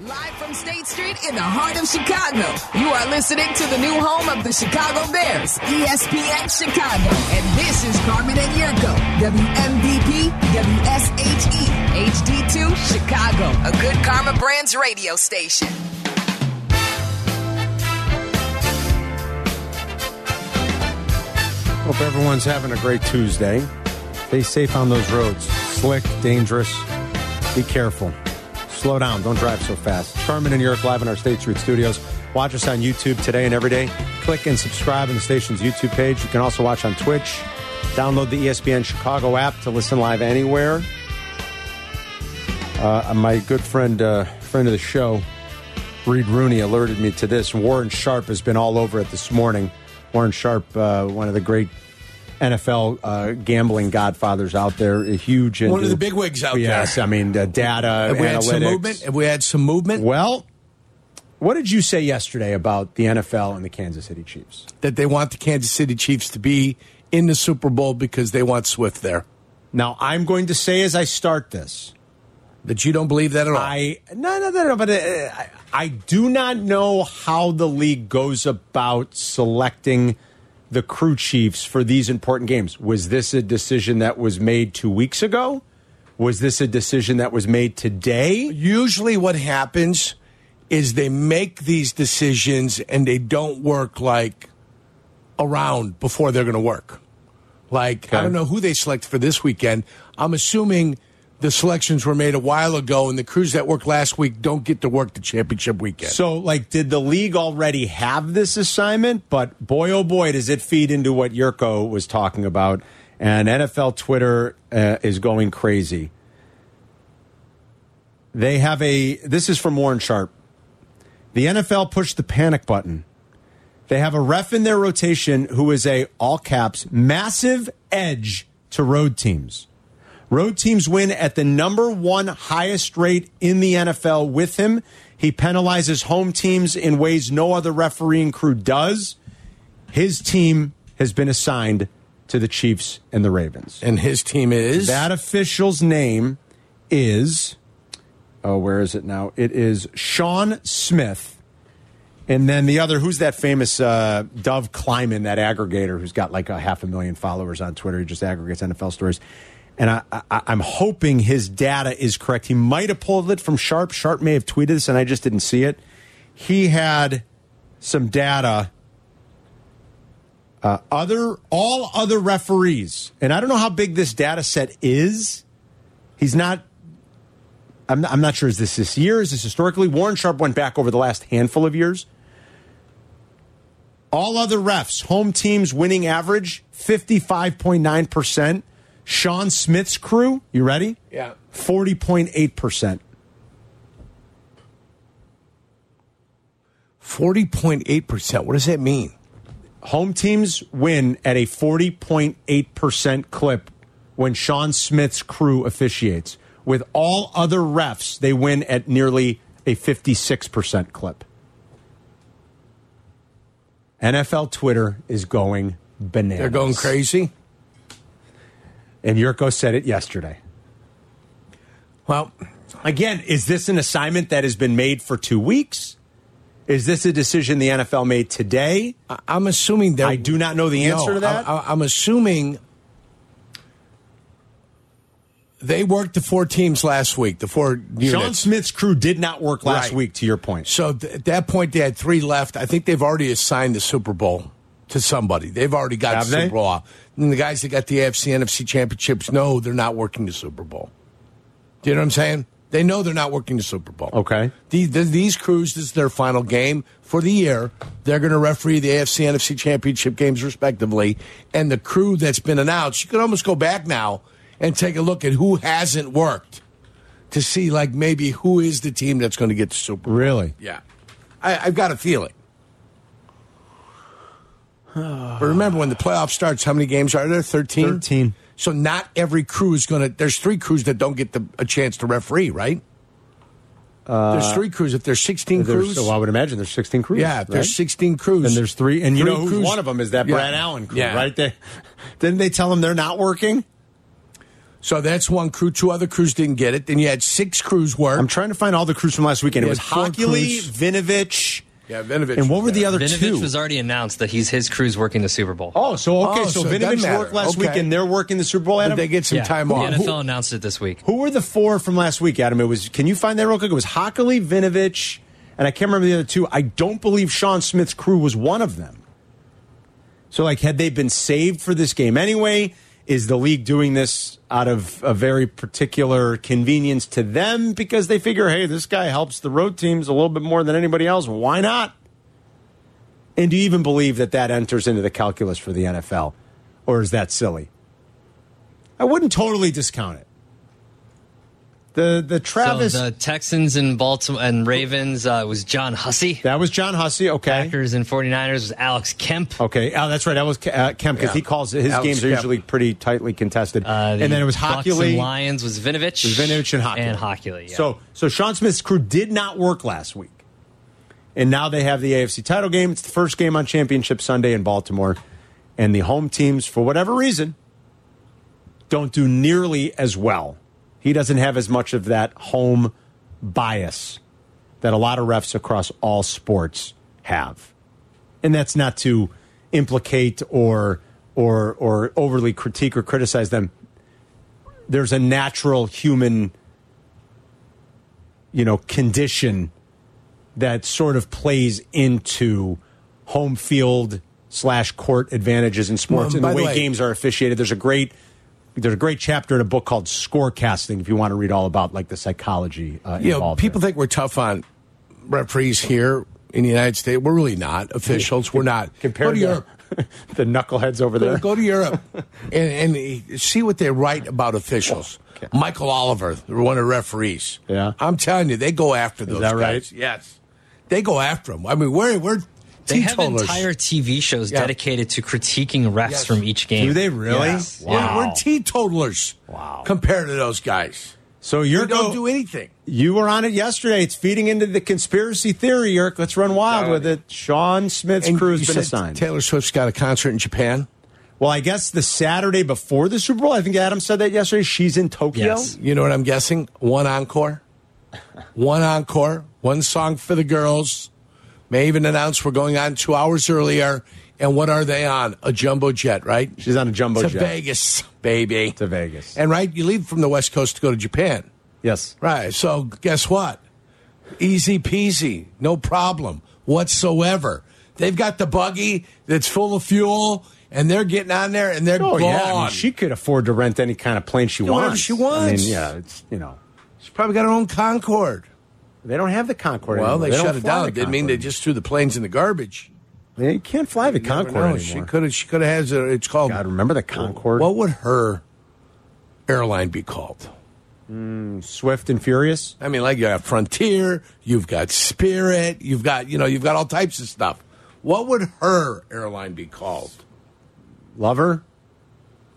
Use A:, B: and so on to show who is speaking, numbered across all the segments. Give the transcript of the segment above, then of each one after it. A: Live from State Street in the heart of Chicago, you are listening to the new home of the Chicago Bears, E ESPN Chicago. And this is Carmen and Yurko, WMVP, WSHE, HD2, Chicago, a good Karma Brands radio station.
B: Hope everyone's having a great Tuesday. Stay safe on those roads. Slick, dangerous. Be careful. Slow down. Don't drive so fast. Carmen and York live in our State Street studios. Watch us on YouTube today and every day. Click and subscribe on the station's YouTube page. You can also watch on Twitch. Download the E ESPN Chicago app to listen live anywhere. Uh, my good friend, uh, friend of the show, Reed Rooney alerted me to this. Warren Sharp has been all over it this morning. Warren Sharp, uh, one of the great NFL uh, gambling godfathers out there, a huge
C: One of the bigwigs out
B: Yes,
C: there.
B: I mean uh, data
C: Have we had some
B: analytics.
C: movement? Have we had some movement?
B: Well, what did you say yesterday about the NFL and the Kansas City Chiefs?
C: that they want the Kansas City Chiefs to be in the Super Bowl because they want Swift there.
B: Now I'm going to say as I start this.
C: That you don't believe that at all.
B: I no no no no, but uh, I, I do not know how the league goes about selecting the crew chiefs for these important games. Was this a decision that was made two weeks ago? Was this a decision that was made today?
C: Usually, what happens is they make these decisions and they don't work like around before they're going to work. Like, I
B: Okay.
C: don't know who they select for this weekend. I'm assuming the selections were made a while ago, and the crews that worked last week don't get to work the championship weekend.
B: So, like, did the league already have this assignment? But boy, oh boy, does it feed into what Yurko was talking about. And NFL Twitter uh, is going crazy. They have a, this is from Warren Sharp. The NFL pushed the panic button. They have a ref in their rotation who is a, all caps, massive edge to road teams. Road teams win at the number one highest rate in the NFL with him. He penalizes home teams in ways no other refereeing crew does. His team has been assigned to the Chiefs and the Ravens.
C: and his team is
B: That official's name is, oh, where is it now? It is Sean Smith. And then the other, who's that famous uh, Dove Kleiman, that aggregator who's got like a half a million followers on Twitter? He just aggregates NFL stories. And I, I, I'm hoping his data is correct. He might have pulled it from Sharp. Sharp may have tweeted this, and I just didn't see it. He had some data Uh, other all other referees and i don't know how big this data set is he's not i'm not, I'm not sure is this this year is this historically warren sharp went back over the last handful of years all other refs home teams winning average 55.9% sean smith's crew you ready
C: Yeah.
B: 40.8%
C: 40.8%. What does that mean?
B: home teams win at a 40.8% clip when Sean Smith's crew officiates. With all other refs, they win at nearly a 56% clip. NFL Twitter is going bananas.
C: They're going crazy.
B: And Yurko said it yesterday.
C: Well,
B: Again, is this an assignment that has been made for two weeks? Is this a decision the NFL made today?
C: I- I'm assuming that
B: I do not know the
C: No,
B: answer to that.
C: I, am assuming they worked the four teams last week. The four
B: Sean
C: units.
B: Smith's crew did not work last
C: Right.
B: week, to your point.
C: So th- at that point, they had three left. I think they've already assigned the Super Bowl to somebody. They've already got
B: Have
C: the
B: they?
C: Super Bowl. out. And the guys that got the AFC NFC championships know they're not working the Super Bowl. Do you know what I'm saying? They know they're not working the Super Bowl.
B: Okay.
C: These, th- these crews, this is their final game for the year. They're going to referee the AFC NFC championship games respectively. And the crew that's been announced, you could almost go back now and take a look at who hasn't worked to see, like, maybe who is the team that's going to get the Super Bowl.
B: Really?
C: Yeah. I, I've got a feeling. but remember, when the playoff starts, how many games are there? 13?
B: 13.
C: So not every crew is going to. There's three crews that don't get the, a chance to referee, right? there's three crews. If there's 16 crews.
B: Uh, There's, well, I would imagine there's 16 crews.
C: yeah,
B: right?
C: if there's 16 crews.
B: And there's three. And you know who's
C: crews-
B: one of them is that
C: Yeah.
B: Brad Allen crew,
C: Yeah.
B: right? They, didn't they tell them they're not working?
C: So that's one crew. Two other crews didn't get it. Then you had six crews work.
B: I'm trying to find all the crews from last weekend.
C: Yeah,
B: it was
C: Ford
B: Hockley,
C: Cruz.
B: Vinovich.
C: Yeah, Vinovich
B: And what were
C: was
B: the
C: there.
B: other two?
D: Vinovich was already announced that he's his crew's working the Super Bowl.
B: oh, so okay,
C: Oh,
B: so,
C: so it doesn't
B: Vinovich
C: matter.
B: worked last
C: Okay.
B: weekend. They're working the Super Bowl.
C: Did
B: Adam,
C: they get some
D: Yeah.
C: time
D: the
C: off?
D: NFL announced it this week.
B: Who were the four from last week, Adam? It was. Can you find that real quick? It was Hockley, Vinovich, and I can't remember the other two. I don't believe Sean Smith's crew was one of them. So, like, had they been saved for this game anyway? Is the league doing this out of a very particular convenience to them because they figure, hey, this guy helps the road teams a little bit more than anybody else. Why not? And do you even believe that that enters into the calculus for the NFL, or is that silly? I wouldn't totally discount it. The the Travis
D: So the Texans and Baltimore and Ravens uh, was John Hussey.
B: that was John Hussey. Okay,
D: Packers and 49ers was Alex Kemp.
B: okay. Oh, that's right. That was Ke- uh, Kemp because
C: Yeah.
B: he calls his
C: Alex
B: games are
C: Kemp.
B: usually pretty tightly contested.
D: Uh, the
B: and then it was
D: Bucks and
B: Hockley,
D: Lions was Vinovich.
B: Vinovich, and Hockley.
D: And Hockley. Yeah.
B: So so Sean Smith's crew did not work last week, and now they have the AFC title game. It's the first game on Championship Sunday in Baltimore, and the home teams, for whatever reason, don't do nearly as well. He doesn't have as much of that home bias that a lot of refs across all sports have. And that's not to implicate or or or overly critique or criticize them. There's a natural human you know condition that sort of plays into home field slash court advantages in sports
C: Well,
B: and the
C: Um, by the
B: way,
C: way-
B: games are officiated. There's a great there's a great chapter in a book called Scorecasting if you want to read all about like the psychology uh,
C: you know,
B: involved.
C: people
B: there.
C: think we're tough on referees here in the United States. We're really not. Officials, we're not.
B: compare
C: Go to
B: the,
C: Europe.
B: the knuckleheads over there.
C: Go to Europe and, and see what they write about officials.
B: Okay.
C: Michael Oliver, one of the referees.
B: Yeah.
C: I'm telling you, they go after those
B: that
C: guys.
B: right?
C: Yes, they go after them. I mean, we're we're
D: they have
C: teetotalers.
D: entire TV shows
C: Yeah.
D: dedicated to critiquing refs
C: Yes.
D: from each game.
B: Do they really?
D: Yes.
C: We're-
B: Wow.
C: We're, teetotalers.
B: Wow.
C: Compared to those guys,
B: So you're
C: we don't
B: go,
C: do anything.
B: you were on it yesterday. It's feeding into the conspiracy theory, Eric. Let's run wild
C: Sorry.
B: with it. Sean Smith's crew
C: you
B: has been
C: said
B: assigned.
C: Taylor Swift's got a concert in Japan.
B: well, I guess the Saturday before the Super Bowl, I think Adam said that yesterday. She's in Tokyo.
D: Yes.
C: You know what I'm guessing? One encore. One encore. One song for the girls. May even announce we're going on two hours earlier. And what are they on? A jumbo jet, right?
B: She's on a jumbo
C: to
B: jet
C: Vegas, baby.
B: to Vegas.
C: and right, you leave from the West Coast to go to Japan.
B: yes.
C: Right. So guess what? Easy peasy. No problem whatsoever. They've got the buggy that's full of fuel and they're getting on there and they're
B: Oh
C: gone.
B: yeah. I mean, she could afford to rent any kind of plane she
C: Whatever
B: wants.
C: she
B: I mean,
C: wants.
B: yeah. It's you know
C: She's probably got her own Concorde.
B: they don't have the Concorde.
C: Well,
B: anymore.
C: they,
B: don't
C: shut it
B: fly
C: down.
B: the
C: Didn't mean they
B: Concorde.
C: just threw the planes in the garbage.
B: They can't fly the
C: You never
B: Concorde
C: know.
B: anymore.
C: She could have. She could have had. a- It's called.
B: God, remember the Concorde?
C: What would her airline be called?
B: Swift and Furious.
C: I mean, like you got Frontier, you've got Spirit, you've got you know, you've got all types of stuff. What would her airline be called?
B: Lover.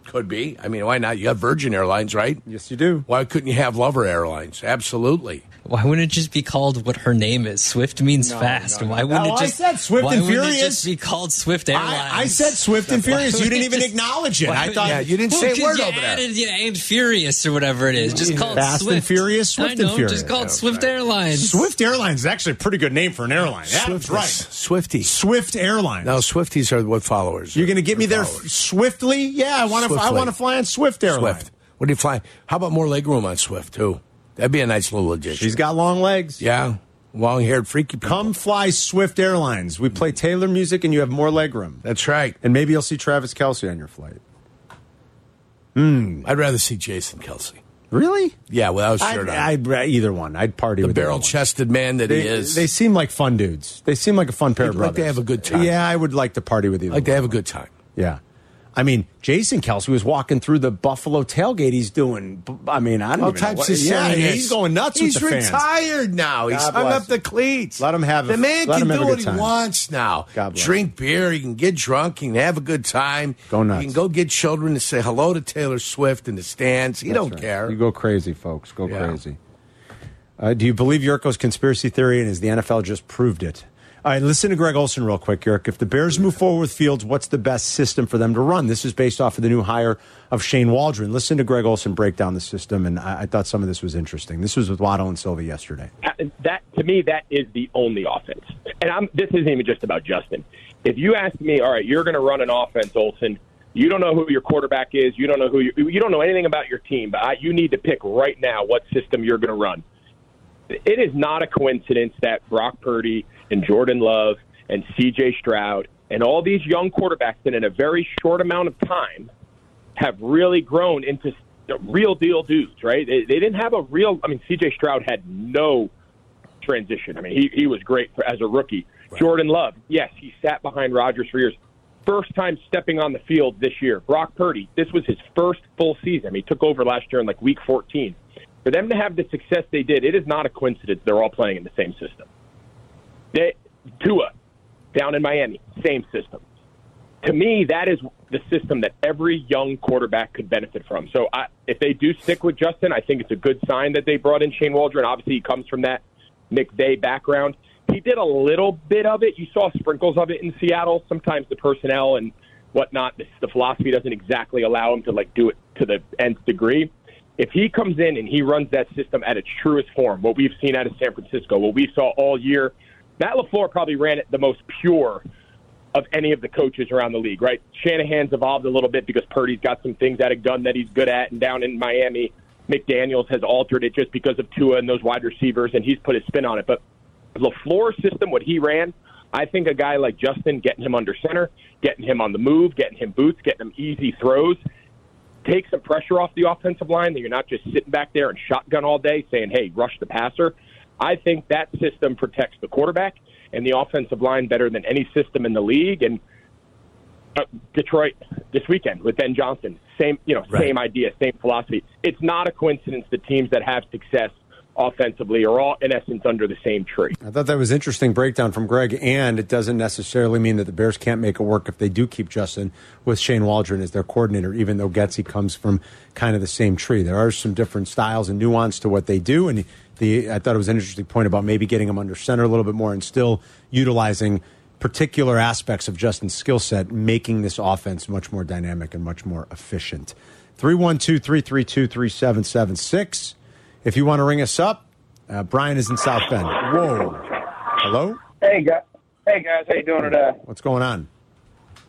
C: Could be. I mean, why not? You got Virgin Airlines, right?
B: Yes, you do.
C: Why couldn't you have Lover Airlines? Absolutely.
D: Why wouldn't it just be called what her name is? Swift means fast. Why wouldn't
B: No,
D: it
B: I
D: just
B: said Swift
D: why
B: and
D: wouldn't It
B: Furious.
D: just be called Swift Airlines.
B: I, I said Swift and Furious. You didn't even
D: Just-
B: acknowledge it.
D: Why
B: I
D: would-
B: thought
C: Yeah, you didn't
D: Well,
C: say a
D: 'cause
C: word
D: you
C: over there.
D: added, Yeah, and Furious or whatever it is. Just call it
B: Fast and
D: Swift.
B: Furious, Swift
D: I
B: and
D: know,
B: Furious.
D: Just call
B: Yeah,
D: it Swift Airlines.
B: Swift Airlines is actually a pretty good name for an airline. That's
C: Swifties.
B: right.
C: Swifties.
B: Swift Airlines.
C: Now, Swifties are what followers.
B: You're going to get me there
C: Followers.
B: swiftly? Yeah, I want to. I
C: Swiftly.
B: want to fly on Swift Airlines.
C: Swift. What do you fly? How about more legroom on Swift too? That'd be a nice little addition.
B: She's got long legs.
C: yeah, long-haired freaky. people.
B: Come fly Swift Airlines. We play Taylor music, and you have more legroom.
C: That's right.
B: And maybe you'll see Travis Kelsey on your flight.
C: I'd rather see Jason Kelsey.
B: Really?
C: Yeah, without a shirt
B: I'd,
C: on.
B: I'd, uh, either one. I'd party
C: Oh, the
B: with either one.
C: barrel-chested man that
B: They,
C: he is.
B: they seem like fun dudes. They seem like a fun pair of
C: Like- like
B: brothers.
C: they have a good time.
B: Yeah, I would like to party with either.
C: like they
B: one.
C: have a good time.
B: Yeah. I mean, Jason Kelsey was walking through the Buffalo tailgate. He's doing, I mean, I don't
C: All
B: even know.
C: types
B: what-
C: of
B: yeah,
C: silliness.
B: he's going nuts
C: He's
B: with the fans.
C: retired now. He's
B: God
C: hung
B: bless
C: up the
B: him.
C: cleats.
B: Let him have a-
C: the man
B: let
C: can
B: him have
C: do
B: a
C: what
B: good
C: he
B: time.
C: wants now.
B: God bless
C: Drink beer. He can get drunk. He can have a good time.
B: Go nuts.
C: He can go get children to say hello to Taylor Swift in the stands. He
B: That's
C: don't
B: right.
C: care.
B: You go crazy, folks. Go
C: Yeah.
B: crazy. Uh, do you believe Yurko's conspiracy theory and is the NFL just proved it? All right, listen to Greg Olson real quick, Eric. If the Bears move forward with Fields, what's the best system for them to run? This is based off of the new hire of Shane Waldron. Listen to Greg Olson break down the system, and I, I thought some of this was interesting. This was with Waddle and Silva yesterday.
E: that to me that is the only offense. And I'm this isn't even just about Justin. If you ask me, all right, you're going to run an offense, Olson. You don't know who your quarterback is. You don't know who you, you don't know anything about your team. But I, you need to pick right now what system you're going to run. It is not a coincidence that Brock Purdy and Jordan Love and C.J. Stroud and all these young quarterbacks that in a very short amount of time have really grown into the real deal dudes, right? They, they didn't have a real. I mean, C.J. Stroud had no transition. I mean, he, he was great for, as a rookie. Jordan Love, yes, he sat behind Rodgers for years. First time stepping on the field this year. Brock Purdy, this was his first full season. I mean, he took over last year in like week 14. For them to have the success they did, it is not a coincidence they're all playing in the same system. They, Tua, down in Miami, same system to me, that is the system that every young quarterback could benefit from. So I, if they do stick with Justin, I think it's a good sign that they brought in Shane Waldron. Obviously, he comes from that McVay background. He did a little bit of it. You saw sprinkles of it in Seattle. Sometimes the personnel and whatnot, the, the philosophy doesn't exactly allow him to like do it to the nth degree. If he comes in and he runs that system at its truest form, what we've seen out of San Francisco, what we saw all year, Matt Lafleur probably ran it the most pure of any of the coaches around the league, right? Shanahan's evolved a little bit because Purdy's got some things out of gun that he's good at, and down in Miami, McDaniels has altered it just because of Tua and those wide receivers, and he's put his spin on it. But LaFleur's system, what he ran, I think a guy like Justin, getting him under center, getting him on the move, getting him boots, getting him easy throws, take some pressure off the offensive line that you're not just sitting back there and shotgun all day saying, hey, rush the passer. I think that system protects the quarterback and the offensive line better than any system in the league. And uh, Detroit this weekend with Ben Johnson, same you know same idea, same philosophy. It's not a coincidence that teams that have success offensively are all in essence under the same tree.
B: I thought that was interesting breakdown from Greg, and it doesn't necessarily mean that the Bears can't make it work if they do keep Justin with Shane Waldron as their coordinator, even though Getzey comes from kind of the same tree. There are some different styles and nuance to what they do, and the I thought it was an interesting point about maybe getting him under center a little bit more and still utilizing particular aspects of Justin's skill set, making this offense much more dynamic and much more efficient. 312 332 3776. If you want to ring us up, uh, Brian is in South Bend. Whoa. Hello?
F: Hey guys, hey guys, how you doing today?
B: What's going on?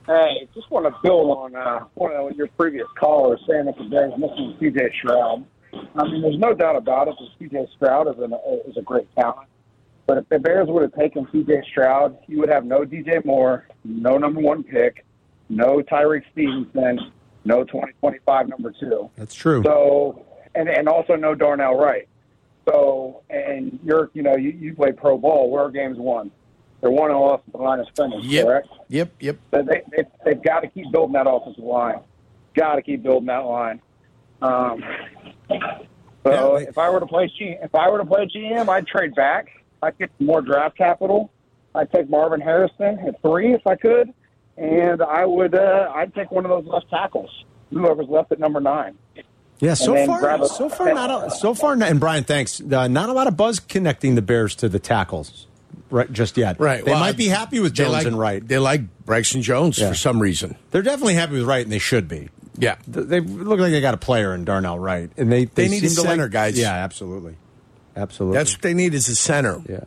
F: Hey, just want to build on uh, one of your previous callers saying that the Bears missing C.J. Stroud. I mean, there's no doubt about it. That C.J. Stroud is an is a great talent, but if the Bears would have taken C.J. Stroud, you would have no D.J. Moore, no number one pick, no Tyreek Stevenson, no 2025 number two.
B: That's true.
F: So, and and also no Darnell Wright. So, and you're you know you, you play pro ball. Where are games won? They're one and lost at the line of scrimmage. Correct.
C: Yep. Yep.
F: So they, they they've got to keep building that offensive line. Got to keep building that line. Um, so
B: Yeah, they-
F: if I were to play G, if I were to play GM, I'd trade back. I'd get more draft capital. I'd take Marvin Harrison at three if I could, and I would uh, I'd take one of those left tackles, whoever's left at number nine.
B: Yeah, so
F: then
B: far,
F: grab a-
B: so far, not a, so far, not, and Brian, thanks. Uh, not a lot of buzz connecting the Bears to the tackles, right? Just yet,
C: Right.
B: They
C: well,
B: might be happy with
C: they
B: Jones
C: like-
B: and Wright.
C: They like Braxton Jones
B: Yeah.
C: for some reason.
B: They're definitely happy with Wright, and they should be.
C: Yeah.
B: Th- They look like they got a player in Darnell Wright, and they
C: They need a
B: seem to
C: center,
B: like-
C: guys.
B: Yeah, absolutely, absolutely.
C: That's what they need is a center.
B: yeah.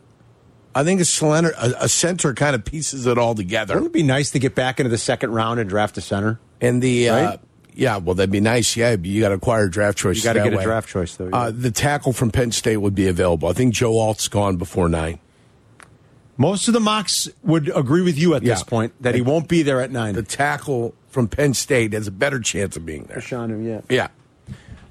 C: I think a center, a, a center kind of pieces it all together.
B: Wouldn't it be nice to get back into the second round and draft a center?
C: And the uh,
B: Right?
C: yeah, well, that'd be nice. Yeah, but you got to acquire draft choice.
B: You gotta
C: that
B: get a
C: way.
B: draft choice, though, yeah.
C: Uh, the tackle from Penn State would be available. I think Joe Alt's gone before nine.
B: Most of the mocks would agree with you at this
C: Yeah.
B: point that he won't be there at nine.
C: The tackle from Penn State has a better chance of being there.
B: Sean him, yeah.
C: Yeah,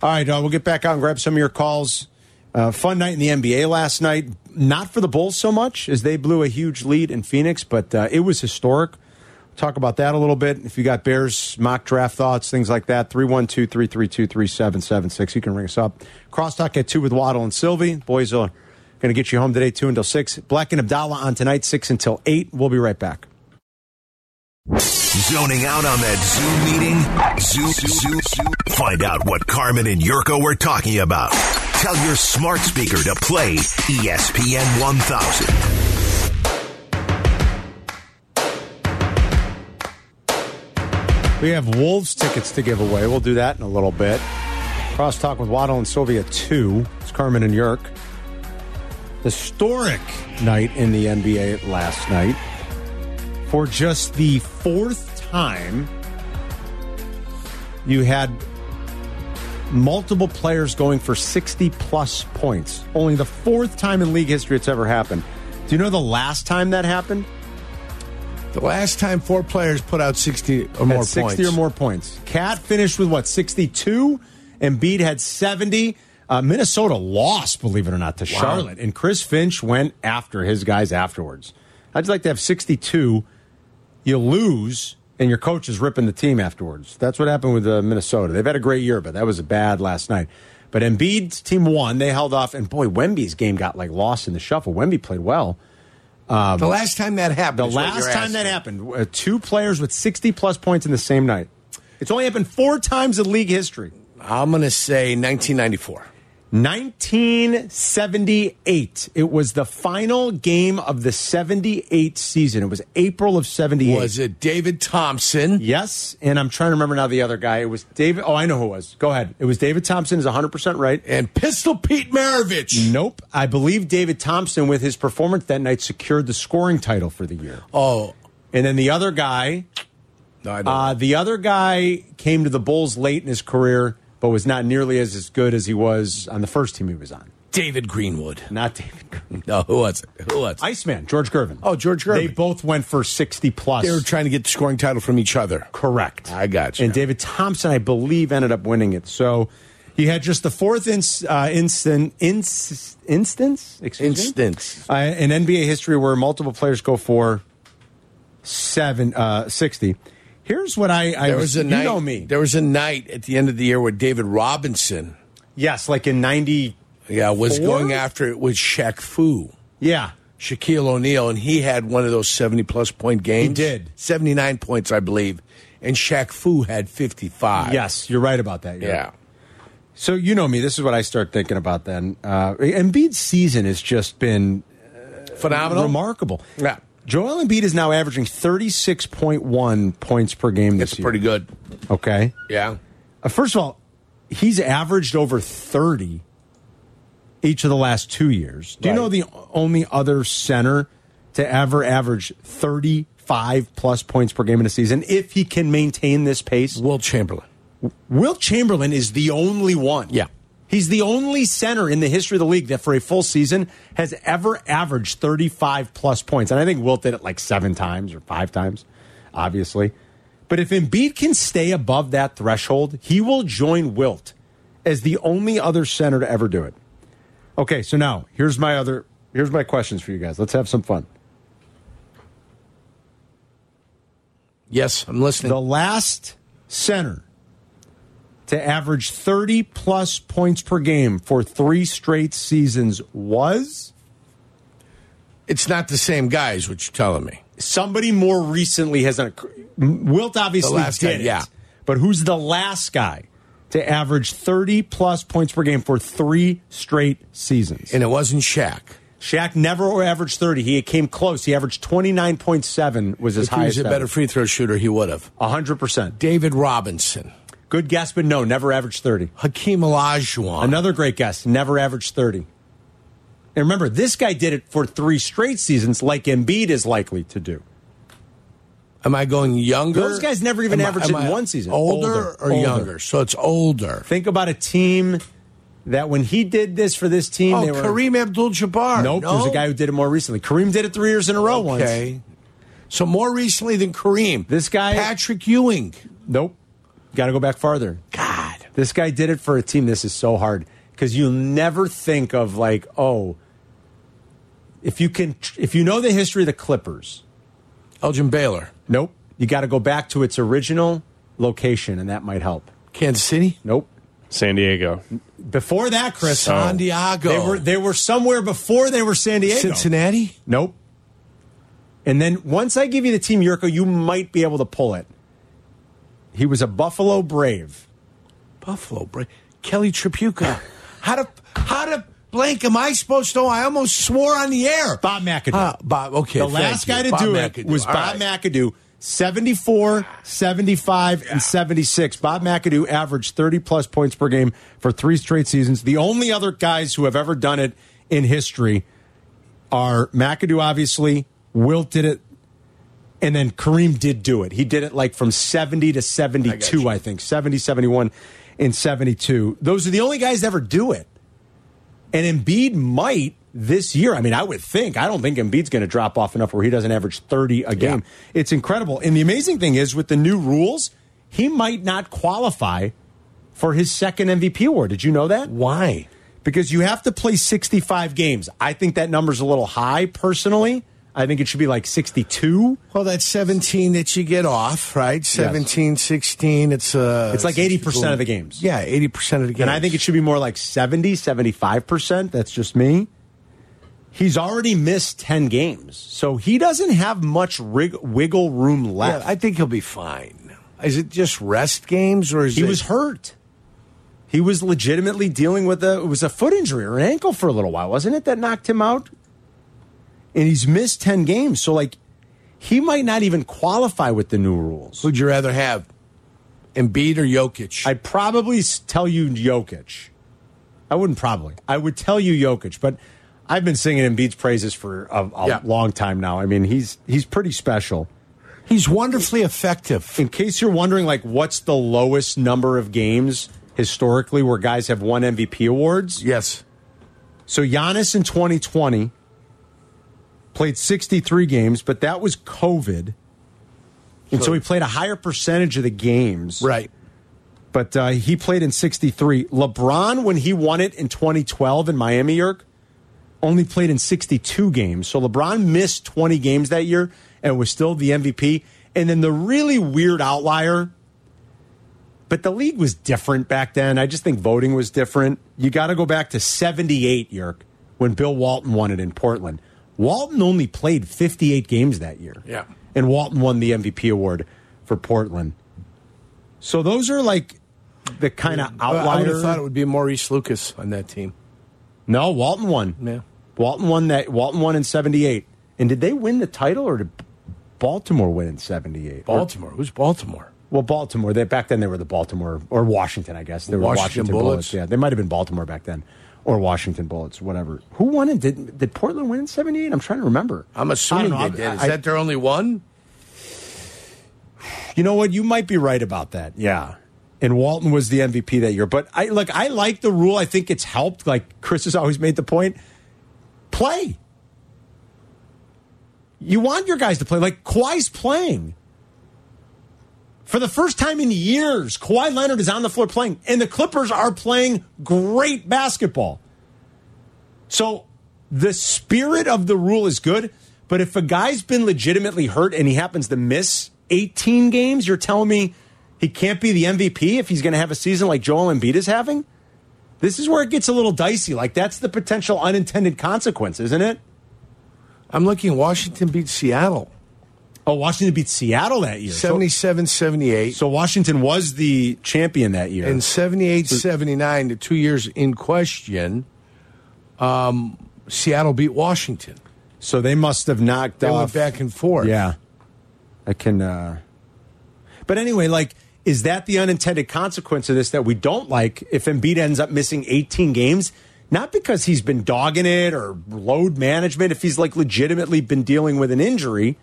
B: All right, uh, we'll get back out and grab some of your calls. Uh, fun night in the NBA last night. Not for the Bulls so much as they blew a huge lead in Phoenix, but uh, it was historic. Talk about that a little bit. If you got Bears mock draft thoughts, things like that, 312 332 3776. You can ring us up. Crosstalk at 2 with Waddle and Sylvie. Boys are going to get you home today, 2 until 6. Black and Abdallah on tonight, 6 until 8. We'll be right back.
G: Zoning out on that Zoom meeting? Zoom, Zoom, Zoom. Find out what Carmen and Yurko were talking about. Tell your E smart speaker to play ESPN 1000.
B: We have Wolves tickets to give away. We'll do that in a little bit. Crosstalk with Waddle and Sylvia 2. It's Carmen and Yerk. Historic night in the NBA last night. For just the fourth time, you had multiple players going for 60 plus points. Only the fourth time in league history it's ever happened. Do you know the last time that happened?
C: The last time four players put out 60 or more
B: had 60
C: points.
B: or more points. Cat finished with what 62. Embiid had 70. Uh, Minnesota lost, believe it or not, to Charlotte, and Chris Finch went after his guys afterwards. I'd just like to have 62. You lose, and your coach is ripping the team afterwards. That's what happened with uh, Minnesota. They've had a great year, but that was a bad last night. But Embiid's team won. They held off, and boy, Wemby's game got like lost in the shuffle. Wemby played well.
C: The last time that happened.
B: The
C: is what
B: last
C: you're
B: time that
C: asking.
B: happened, uh, two players with 60 plus points in the same night. It's only happened four times in league history.
C: I'm going to say 1994.
B: 1978. It was the final game of the 78 season. It was April of 78.
C: Was it David Thompson?
B: Yes, and I'm trying to remember now the other guy. It was David. Oh, I know who it was. Go ahead. It was David Thompson is 100% right.
C: And Pistol Pete Maravich.
B: Nope. I believe David Thompson with his performance that night secured the scoring title for the year.
C: Oh,
B: And then the other guy,
C: no, I don't.
B: Uh,
C: know.
B: the other guy came to the Bulls late in his career, but was not nearly as, as good as he was on the first team he was on.
C: David Greenwood.
B: Not David Gervin.
C: No, who was it? Who was it?
B: Iceman, George Gervin.
C: Oh, George Gervin.
B: They both went for 60 plus.
C: they were trying to get the scoring title from each other.
B: Correct.
C: I got you.
B: And David Thompson, I believe, ended up winning it. So he had just the fourth ins uh, instant, ins instance, excuse me?
C: Instance.
B: uh, in NBA history where multiple players go for seven, uh, 60. Here's what I, I
C: There was a
B: you
C: night.
B: know me.
C: There was a night at the end of the year where David Robinson,
B: Yes, like in 90-
C: yeah, was
B: Four?
C: going after it was Shaq Fu,
B: Yeah.
C: Shaquille O'Neal, and he had one of those seventy-plus point games.
B: did.
C: seventy-nine points, I believe, and Shaq Fu had fifty-five.
B: Yes, you're right about that. You're
C: yeah.
B: right. So you know me. This is what I start thinking about then. Uh, Embiid's season has just been
C: Phenomenal.
B: remarkable.
C: Yeah.
B: Joel Embiid is now averaging 36.1 points per game this
C: That's
B: year.
C: pretty good.
B: Okay.
C: Yeah.
B: Uh, first of all, he's averaged over 30 each of the last two years. Do you know the only other center to ever average 35 plus points per game in a season if he can maintain this pace?
C: Will Chamberlain.
B: Will Chamberlain is the only one.
C: Yeah.
B: He's the only center in the history of the league that for a full season has ever averaged 35 plus points. And I think Wilt did it like seven times or five times, obviously. But if Embiid can stay above that threshold, he will join Wilt as the only other center to ever do it. Okay, so now here's my other here's my questions for you guys. Let's have some fun.
C: Yes, I'm listening.
B: the last center to average 30 plus points per game for three straight seasons was
C: It's not the same guy, is what you're telling me.
B: somebody more recently has an Wilt obviously
C: The last guy,
B: did it,
C: yeah.
B: but who's the last guy to average 30 plus points per game for three straight seasons?
C: And it wasn't Shaq.
B: Shaq never averaged 30. He came close. He averaged 29.7 was his
C: If he was
B: highest.
C: a better
B: average.
C: free throw shooter, he would have.
B: 100%.
C: David Robinson,
B: Good guess, but no, never averaged 30.
C: Hakeem Olajuwon.
B: Another great guess. Never averaged 30. And remember, this guy did it for three straight seasons, like Embiid is likely to do.
C: Am I going younger?
B: Those guys never even
C: Am I-
B: averaged
C: am
B: it in
C: I
B: one season.
C: Older,
B: Older,
C: or
B: older.
C: younger? So it's older.
B: Think about a team that when he did this for this team,
C: Oh,
B: they were.
C: Kareem Abdul-Jabbar.
B: Nope,
C: no?
B: there's a guy who did it more recently. Kareem did it three years in a row once.
C: Okay. So more recently than Kareem.
B: This guy-
C: Patrick Ewing.
B: Nope. Got to go back farther.
C: God.
B: This guy did it for a team. This is so hard because you'll never think of like, oh, if you can, if you know the history of the Clippers,
C: Elgin Baylor.
B: Nope. You got to go back to its original location, and that might help.
C: Kansas City.
B: Nope.
H: San Diego.
B: Before that, Chris,
C: San Diego.
B: they were they were somewhere before they were San Diego.
C: Cincinnati.
B: Nope. And then once I give you the team, Yurko, you might be able to pull it. He was a Buffalo Brave.
C: Buffalo. Bra- Kelly Tripuka. how to how to blank am I supposed to know? I almost swore on the air.
B: Bob McAdoo.
C: Ah, Bob. Okay.
B: the
C: thank
B: last
C: you.
B: guy to
C: Bob
B: do
C: McAdoo.
B: it was
C: All
B: Bob
C: right.
B: McAdoo. 74, 75, and 76. Bob McAdoo averaged 30 plus points per game for three straight seasons. The only other guys who have ever done it in history are McAdoo, obviously, Wilt did it, and then Kareem did do it. He did it like from 70 to 72, I, think. 70, 71, and 72. Those are the only guys that ever do it. And Embiid might this year. I mean, I would think. I don't think Embiid's going to drop off enough where he doesn't average 30 a game. It's incredible. And the amazing thing is, with the new rules, he might not qualify for his second MVP award. Did you know that?
C: Why?
B: because you have to play 65 games. I think that number's a little high personally. I think it should be like 62.
C: Well, that's 17 that you get off, right? 17, 16. It's uh,
B: It's like 80% of the games.
C: Yeah, 80% of the games.
B: And I think it should be more like 70, 75%. That's just me. He's already missed 10 games. So he doesn't have much rig- wiggle room
C: Yeah,
B: left.
C: I think he'll be fine. Is it just rest games or is
B: he
C: it,
B: was hurt. He was legitimately dealing with a it was a foot injury or an ankle for a little while, wasn't it? That knocked him out. And he's missed 10 games. So like he might not even qualify with the new rules.
C: Who'd you rather have, Embiid or Jokic?
B: I'd probably s- tell you Jokic. I wouldn't probably. I would tell you Jokic, but I've been singing Embiid's praises for a, a
C: Yeah.
B: long time now. I mean, he's he's pretty special.
C: He's wonderfully effective.
B: In case you're wondering, like, what's the lowest number of games historically where guys have won MVP awards?
C: Yes.
B: So Giannis in 2020 played 63 games, but that was COVID. And so he played a higher percentage of the games.
C: Right.
B: But uh, he played in 63. LeBron, when he won it in 2012 in Miami, York, only played in 62 games. So LeBron missed 20 games that year and was still the MVP. And then the really weird outlier, but the league was different back then. I just think voting was different. You got to go back to 78, York, when Bill Walton won it in Portland. Walton only played 58 games that year.
C: Yeah.
B: And Walton won the MVP award for Portland. So those are like the kind of
C: I would
B: outlier.
C: have thought it would be Maurice Lucas on that team.
B: No, Walton won.
C: Yeah.
B: Walton won that. Walton won in '78. And did they win the title, or did Baltimore win in '78?
C: Baltimore. Who's Baltimore?
B: Well, Baltimore. They, back then, they were the Baltimore or Washington, I guess. They were
C: Washington
B: Washington
C: Bullets.
B: Bullets. Yeah, they might have been Baltimore back then, or Washington Bullets, whatever. Who won it? Did did Portland win in '78? I'm trying to remember.
C: I'm assuming
B: I
C: they
B: don't know.
C: did. Is
B: I-
C: that their only one?
B: You know what? You might be right about that. Yeah. And Walton was the MVP that year. But I look, I like the rule. I think it's helped. Like Chris has always made the point. Play. You want your guys to play. Like Kawhi's playing. For the first time in years, Kawhi Leonard is on the floor playing. And the Clippers are playing great basketball. So the spirit of the rule is good, but if a guy's been legitimately hurt and he happens to miss 18 games, you're telling me he can't be the MVP if he's going to have a season like Joel Embiid is having? This is where it gets a little dicey. Like that's the potential unintended consequence, isn't it?
C: I'm looking. Washington beat Seattle
B: Oh, Washington beat Seattle that year. So-
C: 77 78.
B: so Washington was the champion that year.
C: in 78 79 the two years in question um, seattle beat washington
B: So they must have knocked
C: they
B: off
C: went back and forth
B: Yeah. I can uh But anyway, like is that the unintended consequence of this that we don't like if Embiid ends up missing 18 games? Not because he's been dogging it or load management, if he's like legitimately been dealing with an injury.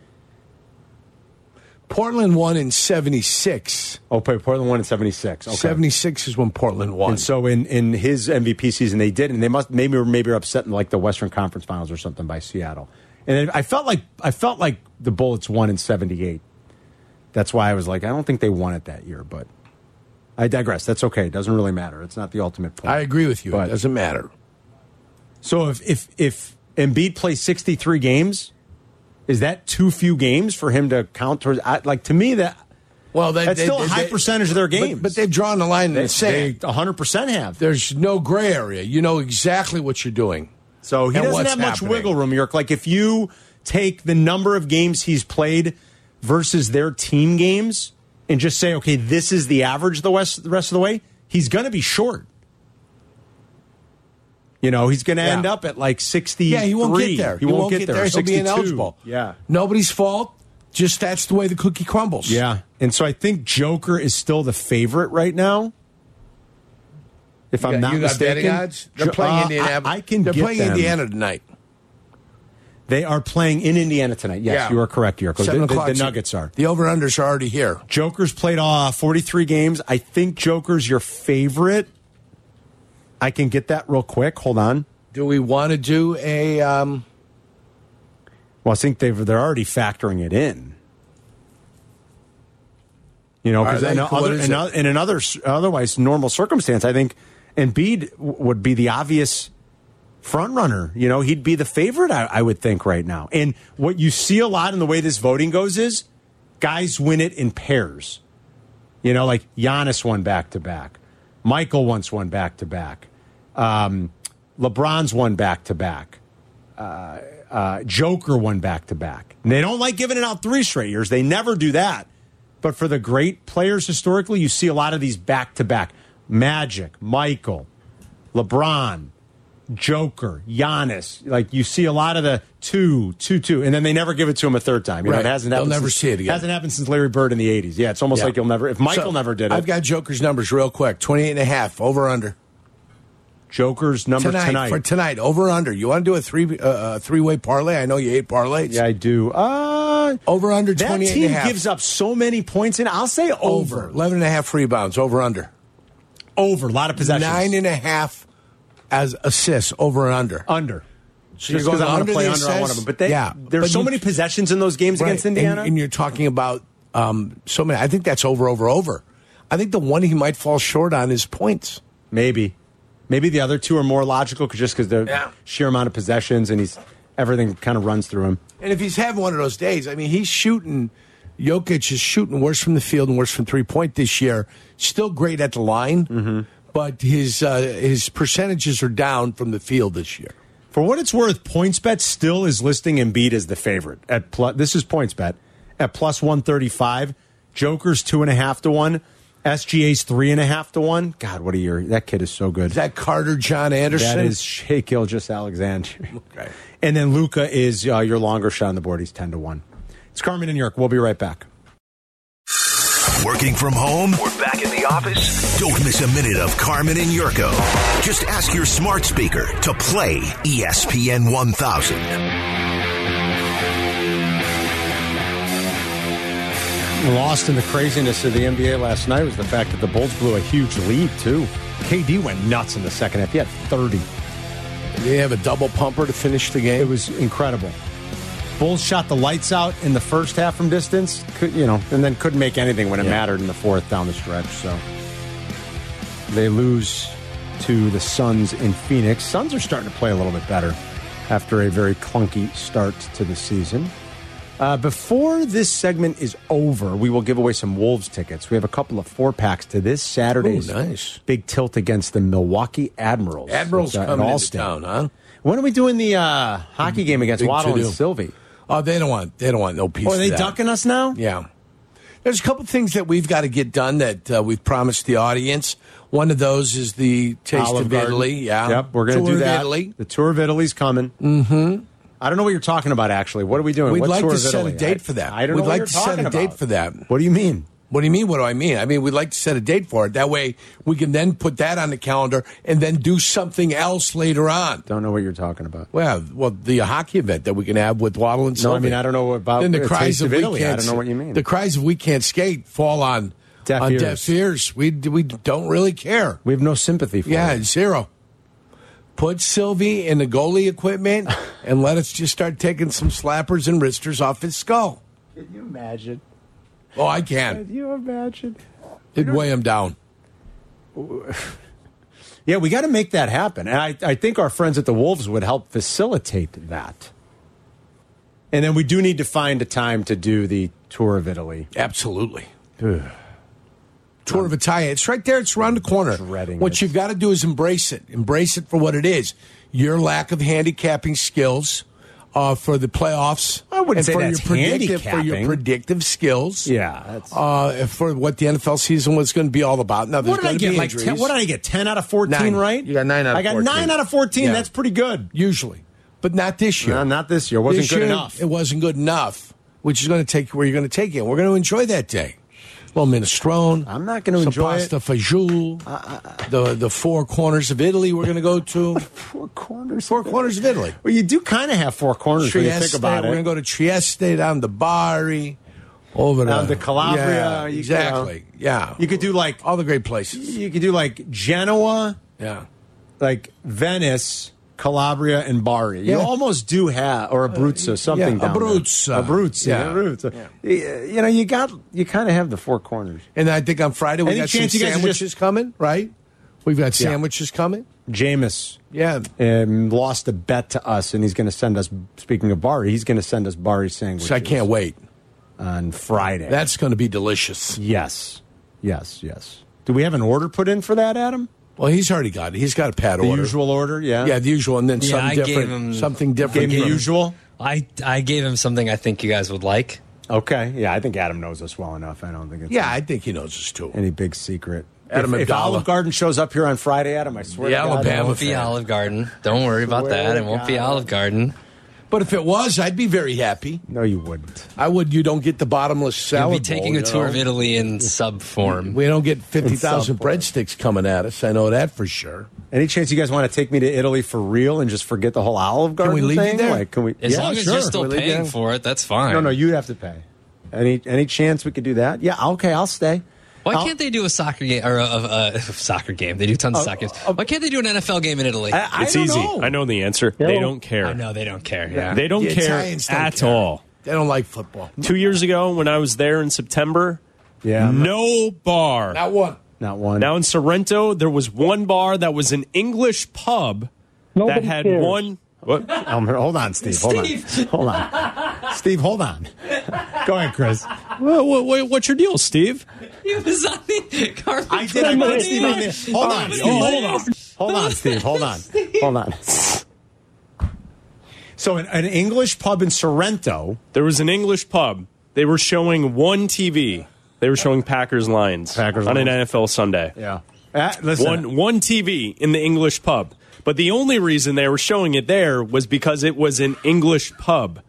C: portland won in 76
B: Oh, but Portland won in 76. Okay.
C: 76 is when portland won
B: And so in, in his MVP season, they did, and they must maybe maybe were upset in like the Western Conference Finals or something by Seattle. And then I felt like I felt like the Bullets won in '78. That's why I was like, I don't think they won it that year, but I digress. That's okay. It doesn't really matter. It's not the ultimate point.
C: i agree with you
B: But-
C: it doesn't matter
B: So if if if Embiid plays 63 games, is that too few games for him to count towards? I, like to me, that
C: well they,
B: that's
C: they-
B: still a
C: they-
B: high
C: they-
B: percentage of their
C: but-
B: games.
C: but, they've drawn the line in
B: they
C: the sand
B: 100 percent have.
C: there's no gray area you know exactly what you're doing
B: So he
C: and
B: doesn't
C: what's
B: have much
C: happening.
B: wiggle room, York. Like if you take the number of games he's played versus their team games and just say, okay, this is the average the west the rest of the way, he's going to be short. You know, he's going to
C: Yeah.
B: end up at like sixty.
C: yeah he won't get there
B: He, won't, get, there.
C: he'll be
B: 62.
C: ineligible
B: Yeah.
C: nobody's fault Just that's the way the cookie crumbles.
B: Yeah. And so I think Joker is still the favorite right now. If I'm
C: You got-
B: not
C: you got
B: mistaken,
C: betting odds. They're
B: Jo-
C: playing
B: uh,
C: Indiana.
B: I, I can
C: They're
B: get
C: playing
B: them.
C: Indiana tonight.
B: They are playing in Indiana tonight. Yes,
C: Yeah.
B: you are correct, Yurko.
C: Seven
B: The, the-
C: o'clock.
B: the Nuggets are.
C: The over unders are already here.
B: Joker's played uh, 43 games. I think Joker's your favorite. I can get that real quick. Hold on.
C: Do we want to do a? Um,
B: Well, I think they've, they're already factoring it in. You know, because
C: Are they?
B: in,
C: What
B: other,
C: is
B: in,
C: it?
B: o- in another s- otherwise normal circumstance, I think Embiid w- would be the obvious front runner. You know, he'd be the favorite, I, I would think, right now. And what you see a lot in the way this voting goes is guys win it in pairs. You know, like Giannis won back to back, Michael once won back to back, Um, LeBron's won back to back. Uh, Joker won back to back. And They don't like giving it out three straight years. They never do that. But for the great players historically, you see a lot of these back to back. Magic, Michael, LeBron, Joker, Giannis. Like you see a lot of the two, two, two, and then they never give it to him a third time. You know,
C: Right.
B: it hasn't
C: They'll
B: happened.
C: never
B: since-
C: see it again.
B: Hasn't happened since Larry Bird in the '80s. Yeah, it's almost
C: yeah.
B: like you'll never. If Michael
C: So,
B: never did it,
C: I've got Joker's numbers real quick. 28 and a half over under
B: Joker's number
C: tonight,
B: tonight.
C: for tonight over under. You want to do a three uh, uh, three way parlay? I know you hate parlays.
B: yeah, I do. Uh,
C: Over under 28
B: that
C: and a
B: team
C: half.
B: gives up so many points, and I'll say
C: Over
B: over,
C: 11 and a half rebounds over under.
B: over, a lot of possessions.
C: Nine and a half as assists over and under.
B: under.
C: So
B: Just
C: you're
B: because
C: going
B: I want
C: under
B: to play
C: the
B: under on one
C: assess-
B: of them. But they,
C: Yeah,
B: there's
C: but
B: so
C: you-
B: many possessions in those games
C: Right.
B: against Indiana.
C: And, and you're talking about um, so many. I think that's over, over, over. I think the one he might fall short on is points.
B: Maybe. Maybe the other two are more logical 'cause just because the
C: Yeah.
B: sheer amount of possessions and he's everything kind of runs through him.
C: And if he's having one of those days, I mean, he's shooting. Jokic is shooting worse from the field and worse from three point this year. Still great at the line,
B: Mm-hmm.
C: but his uh, his percentages are down from the field this year.
B: For what it's worth, PointsBet still is listing Embiid as the favorite at plus. This is PointsBet at plus one thirty five. Joker's two and a half to one. SGA's three and a half to one. God, what a year! That kid is so good.
C: Is that Carter John Anderson?
B: That is Shea Gilgis Alexander.
C: Okay.
B: And then Luca is uh, your longer shot on the board. He's 10 to 1. It's Carmen and York. We'll be right back.
G: Working from home?
H: We're back in the office.
G: Don't miss a minute of Carmen and Yurko. Just ask your smart speaker to play E ESPN 1000.
B: Lost in the craziness of the NBA last night was the fact that the Bulls blew a huge lead, too. KD went nuts in the second half. He had 30.
C: They have a double pumper to finish the
B: It
C: game.
B: was incredible. Bulls shot the lights out in the first half from distance, could, you know, and then couldn't make anything when it mattered in the fourth down the stretch. So they lose to the Suns in Phoenix. Suns are starting to play a little bit better after a very clunky start to the season. Uh, before this segment is over, we will give away some Wolves tickets. We have a couple of four packs to this Saturday's
C: Ooh, nice.
B: big tilt against the Milwaukee Admirals.
C: Admirals
B: It's, uh, at
C: coming into
B: Allstate.
C: town, huh?
B: When are we doing the uh, hockey game against
C: Big
B: Waddle and
C: to-do.
B: Sylvie?
C: Oh, they don't want they don't want no piece.
B: Oh, are they
C: of that.
B: ducking us now?
C: Yeah. There's a couple things that we've got to get done that uh, we've promised the audience. One of those is the taste
B: Olive
C: of
B: Garden.
C: Italy. Yeah.
B: Yep, we're going to
C: Tour
B: do
C: of
B: that.
C: Italy.
B: The tour of Italy's coming. Mm-hmm. I don't know what you're talking about. Actually, what are we doing?
C: We'd
B: What
C: like
B: tour
C: to
B: of
C: set a
B: Italy?
C: date
B: I-
C: for that.
B: I don't
C: We'd
B: know what
C: like
B: you're
C: to set
B: talking
C: a date
B: about.
C: for that.
B: What do you mean?
C: What do you mean? What do I mean? I mean, we'd like to set a date for it. That way, we can then put that on the calendar and then do something else later on.
B: Don't know what you're talking about.
C: Well, well, the hockey event that we can have with Waddle and
B: No, I
C: Sylvie.
B: mean, I don't know about
C: then the
B: the
C: cries
B: Taste
C: of
B: of Italy.
C: we can't.
B: I don't know what you mean.
C: The cries of we can't skate fall on
B: Deaf
C: on
B: ears.
C: deaf ears. We we don't really care.
B: We have no sympathy for.
C: Yeah,
B: it.
C: zero. Put Sylvie in the goalie equipment and let us just start taking some slappers and wristers off his skull.
B: Can you imagine?
C: Oh, I can.
B: you imagine?
C: It'd weigh him down.
B: Yeah, we got to make that happen. And I, I think our friends at the Wolves would help facilitate that. And then we do need to find a time to do the tour of Italy.
C: Absolutely. Tour of Italia. It's right there. It's around the corner.
B: Dreading
C: What
B: this.
C: you've got to do is embrace it. Embrace it for what it is. Your lack of handicapping skills uh, for the playoffs.
B: I wouldn't
C: and
B: say
C: for
B: that's
C: your predictive, for your
B: handicapping.
C: predictive skills.
B: Yeah, that's-
C: uh, for what the NFL season was going to be all about. Now, there's
B: What did I
C: gonna
B: get?
C: be
B: Like
C: injuries.
B: ten, what did I get? Ten out of fourteen,
C: Nine.
B: right?
C: You got nine out of
B: I got
C: 14.
B: nine out of fourteen.
C: Yeah.
B: That's pretty good.
C: usually, but not this year.
B: No, not this year. Wasn't
C: This
B: good
C: year,
B: enough.
C: It wasn't good enough. which is going to take you where you're going to take you. We're going to enjoy that day. A little minestrone.
B: I'm not gonna
C: some
B: enjoy Uh,
C: pasta fagioli. the the four corners of Italy. We're going to go to
B: Four corners.
C: four corners of Italy.
B: Well, you do kind of have four corners when you
C: Trieste.
B: think about
C: We're
B: it.
C: going to go to Trieste, down to Bari, over
B: Down
C: to
B: to Calabria,
C: Yeah,
B: you
C: exactly.
B: know.
C: yeah,
B: You could do like
C: all the great places.
B: you could do like Genoa,
C: Yeah,
B: like Venice, Calabria, and Bari. You
C: Yeah.
B: almost do have or Abruzzo, something. down there.
C: Abruzza.
B: Abruzzo,
C: Yeah.
B: Abruzzo. Y- You know, you got you kind of have the four corners.
C: and I think on Friday we
B: Any
C: got
B: chance
C: some
B: you guys are
C: sandwiches
B: just-
C: coming, right? We've got
B: Yeah.
C: sandwiches coming.
B: Jameis
C: Yeah,
B: um, lost a bet to us, and he's going to send us. Speaking of Bari, he's going to send us Bari sandwiches.
C: so I can't wait.
B: on Friday.
C: That's going to be delicious.
B: yes, yes, yes. Do we have an order put in for that, Adam?
C: Well, he's already got it. He's got a pad
B: The
C: order.
B: usual order, yeah.
C: Yeah, the usual, and then
D: Yeah,
C: something
D: I gave
C: different.
D: him-
C: something
B: Gave
C: different.
B: him the
C: from-
B: usual.
D: I I gave him something I think you guys would like.
B: Okay. Yeah, I think Adam knows us well enough. I don't think it's
C: Yeah, I think he knows this too.
B: any big secret.
C: Adam
B: if, if
C: Abdallah.
B: Olive Garden shows up here on Friday, Adam, I swear
C: The
B: to God,
C: Alabama
B: I'll-
D: Won't be Olive Garden. Don't worry about
B: Swear
D: that.
B: to
D: It won't be
B: God.
D: Olive Garden.
C: But if it was, I'd be very happy.
B: No, you wouldn't.
C: I would. You don't get the bottomless
D: You'll
C: salad.
D: be taking
C: bowl,
D: a
C: you
D: tour
C: know?
D: of Italy in sub form.
C: We don't get fifty thousand
B: South Florida.
C: breadsticks coming at us. I know that for sure.
B: Any chance you guys want to take me to Italy for real and just forget the whole Olive Garden
C: we leave you
B: thing?
C: there?
B: Like, can we?
D: As
B: yeah,
D: long as
B: sure.
D: you're still
B: Can we leave you
D: paying
B: there?
D: for it, that's fine.
B: No, no, you'd have to pay. Any any chance we could do that? Yeah, okay, I'll stay.
D: Why
B: I'll- Uh,
D: can't they do a soccer game or a, a, a soccer game? They do tons of soccer games. Why can't they do an NFL game in Italy?
B: I, I
H: It's
B: don't
H: easy.
B: know.
H: I know the answer. They don't care.
D: I know they don't care. Yeah.
H: They don't
C: The
H: care
C: Italians don't
H: at
C: care.
H: all.
C: They don't like football.
H: Two years ago, when I was there in September,
B: Yeah,
H: no bar.
C: Not one.
B: not one.
H: Now in Sorrento, there was one bar that was an English pub that
F: Nobody
H: had
F: cares.
H: one. What?
B: Um, hold on, Steve. Hold on. Hold on. Steve, hold on. Go ahead, Chris.
H: Wha- wha- wha- what's your deal, Steve?
D: He was on the Carmen
B: I did. I put
D: Carmen
B: Steve on
D: game.
B: the. Hold on. Steve.
H: hold on.
B: Hold on, Steve. Hold on. Hold on. So, an, an English pub in Sorrento,
H: There was an English pub. They were showing one TV. They were showing Packers Lions
B: Packers
H: on an
B: Lions.
H: NFL Sunday.
B: yeah. uh, listen,
H: One one TV in the English pub. But the only reason they were showing it there was because it was an English pub.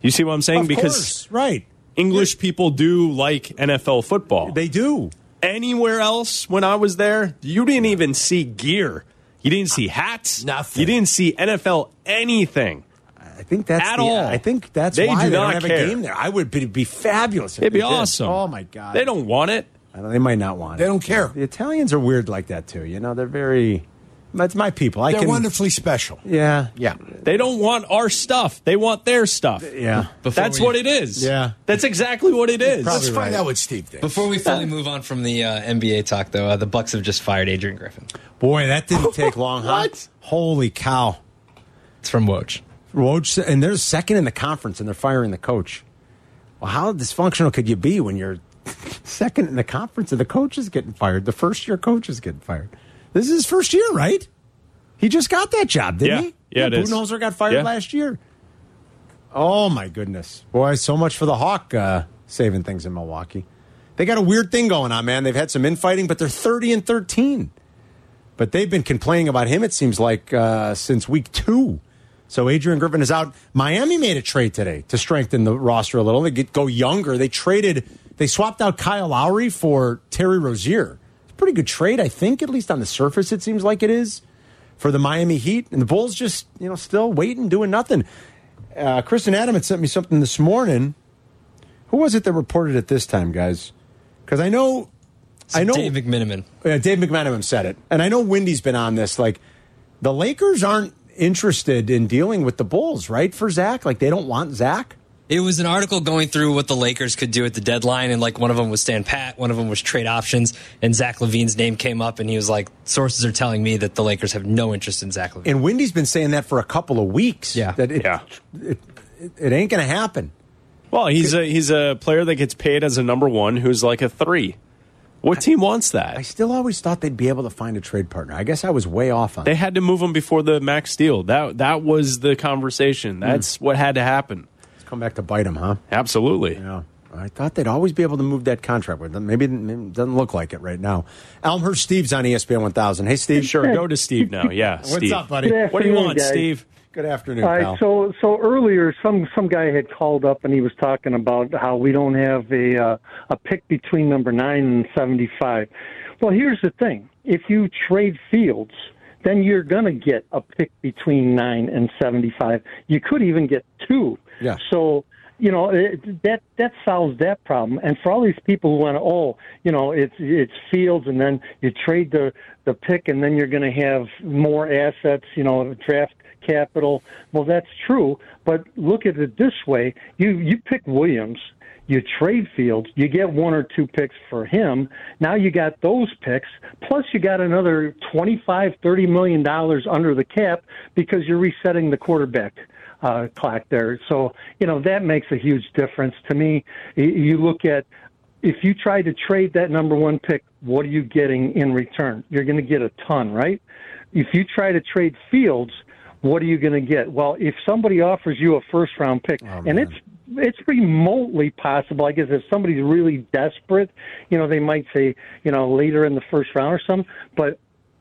H: You see what I'm saying?
B: of
H: because
B: course, right?
H: English people do like NFL football.
B: They do.
H: anywhere else when I was there, you didn't even see gear. You didn't see hats.
C: Nothing.
H: You didn't see NFL anything.
B: I think that's
H: At
B: the-
H: all.
B: I think that's
H: They
B: why
H: do
B: they don't
H: not
B: have a
H: care.
B: game there. I would be, be fabulous. If
H: It'd be
B: they did.
H: awesome.
B: Oh my god,
H: They don't want it.
B: I don't, they might not want
C: They
B: it.
C: don't care.
B: The Italians are weird like that too. You know, they're very. That's my people. I
C: They're
B: can.
C: wonderfully special.
B: Yeah.
C: Yeah.
H: They don't want our stuff. They want their stuff.
B: Yeah.
D: Before
H: That's
D: we-
H: what it is.
B: Yeah.
H: That's exactly what it is.
C: Let's find out what Steve thinks.
D: Before we fully move on from the uh, NBA talk, though, uh, the Bucks have just fired Adrian Griffin.
B: Boy, that didn't take long, huh?
C: What?
B: Holy cow.
D: It's from Woj.
B: Roach, and they're second in the conference, and they're firing the coach. Well, how dysfunctional could you be when you're second in the conference and the coach is getting fired? The first year coach is getting fired. This is his first year, right? He just got that job, didn't
H: Yeah.
B: he?
H: Yeah, it is.
B: Budenholzer got fired
H: Yeah.
B: last year. Oh my goodness, boy! So much for the Hawk uh, saving things in Milwaukee. They got a weird thing going on, man. They've had some infighting, but they're thirty and thirteen. But they've been complaining about him, it seems like, uh, since week two. So Adrian Griffin is out. Miami made a trade today to strengthen the roster a little. They get, go younger. They traded, they swapped out Kyle Lowry for Terry Rozier. It's a pretty good trade, I think, at least on the surface, it seems like it is for the Miami Heat. And the Bulls just, you know, still waiting, doing nothing. Uh, Chris and Adam had sent me something this morning. Who was it that reported it this time, guys? Because I know, I know
D: Dave McMiniman.
B: yeah, Dave McManaman said it, and I know Wendy's been on this. Like, the Lakers aren't interested in dealing with the Bulls, right? For Zach, like they don't want Zach.
D: It was an article going through what the Lakers could do at the deadline, and like one of them was stand pat, one of them was trade options, and Zach Levine's name came up, and he was like, "Sources are telling me that the Lakers have no interest in Zach Levine."
B: And Wendy's been saying that for a couple of weeks.
D: Yeah.
B: that it,
H: Yeah.
B: it, it, it ain't going to happen.
H: Well, he's a he's a player that gets paid as a number one who's like a three. What team wants
B: I
H: that?
B: still always thought they'd be able to find a trade partner. I guess I was way off on.
H: They
B: it.
H: had to move him before the max deal. That that was the conversation. That's
B: Hmm.
H: what had to happen.
B: It's come back to bite them, huh?
H: Absolutely.
B: Yeah. I thought they'd always be able to move that contract with them. Maybe maybe it doesn't look like it right now. Elmhurst Steve's on E ESPN 1000. Hey, Steve.
H: Sure, go to Steve now. Yeah,
B: What's
H: Steve.
B: up, buddy?
F: Good
H: What do you
F: afternoon,
H: want,
F: guys.
H: Steve?
B: Good afternoon,
I: All right,
B: pal.
I: so so earlier, some some guy had called up and he was talking about how we don't have a uh, a pick between number nine and seventy five. Well, here's the thing: if you trade Fields, then you're gonna get a pick between nine and seventy five. You could even get two.
B: Yeah.
I: So you know it, that that solves that problem. And for all these people who want to, oh, you know, it's it's Fields, and then you trade the the pick, and then you're going to have more assets, you know, draft capital. Well, that's true, but look at it this way: you you pick Williams. You trade Fields, you get one or two picks for him. Now you got those picks, plus you got another twenty-five, thirty million dollars under the cap because you're resetting the quarterback uh, clock there. So, you know, that makes a huge difference to me. y- You look at if you try to trade that number one pick, what are you getting in return? You're going to get a ton, right? If you try to trade Fields, what are you going to get? Well, if somebody offers you a first round pick, and it's it's remotely possible. I guess if somebody's really desperate, you know, they might say, you know, later in the first round or something. But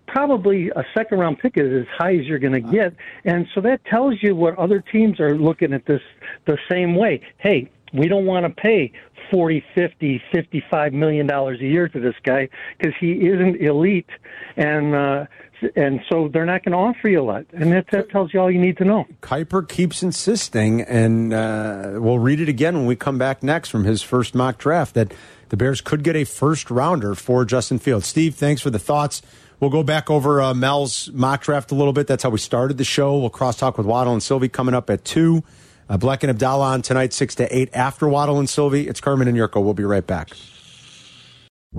I: probably a second round pick is as high as you're going to get. And so that tells you what other teams are looking at this the same way. Hey, we don't want to pay forty, fifty, fifty-five million dollars a year to this guy because he isn't elite, and uh, and so they're not going to offer you a lot. And that, that tells you all you need to know.
B: Kuiper keeps insisting, and uh, we'll read it again when we come back next from his first mock draft that the Bears could get a first rounder for Justin Fields. Steve, thanks for the thoughts. We'll go back over uh, Mel's mock draft a little bit. That's how we started the show. We'll crosstalk with Waddle and Sylvie coming up at 2. Uh, Black and Abdallah on tonight, 6 to 8 after Waddle and Sylvie. It's Carmen and Yurko. We'll be right back.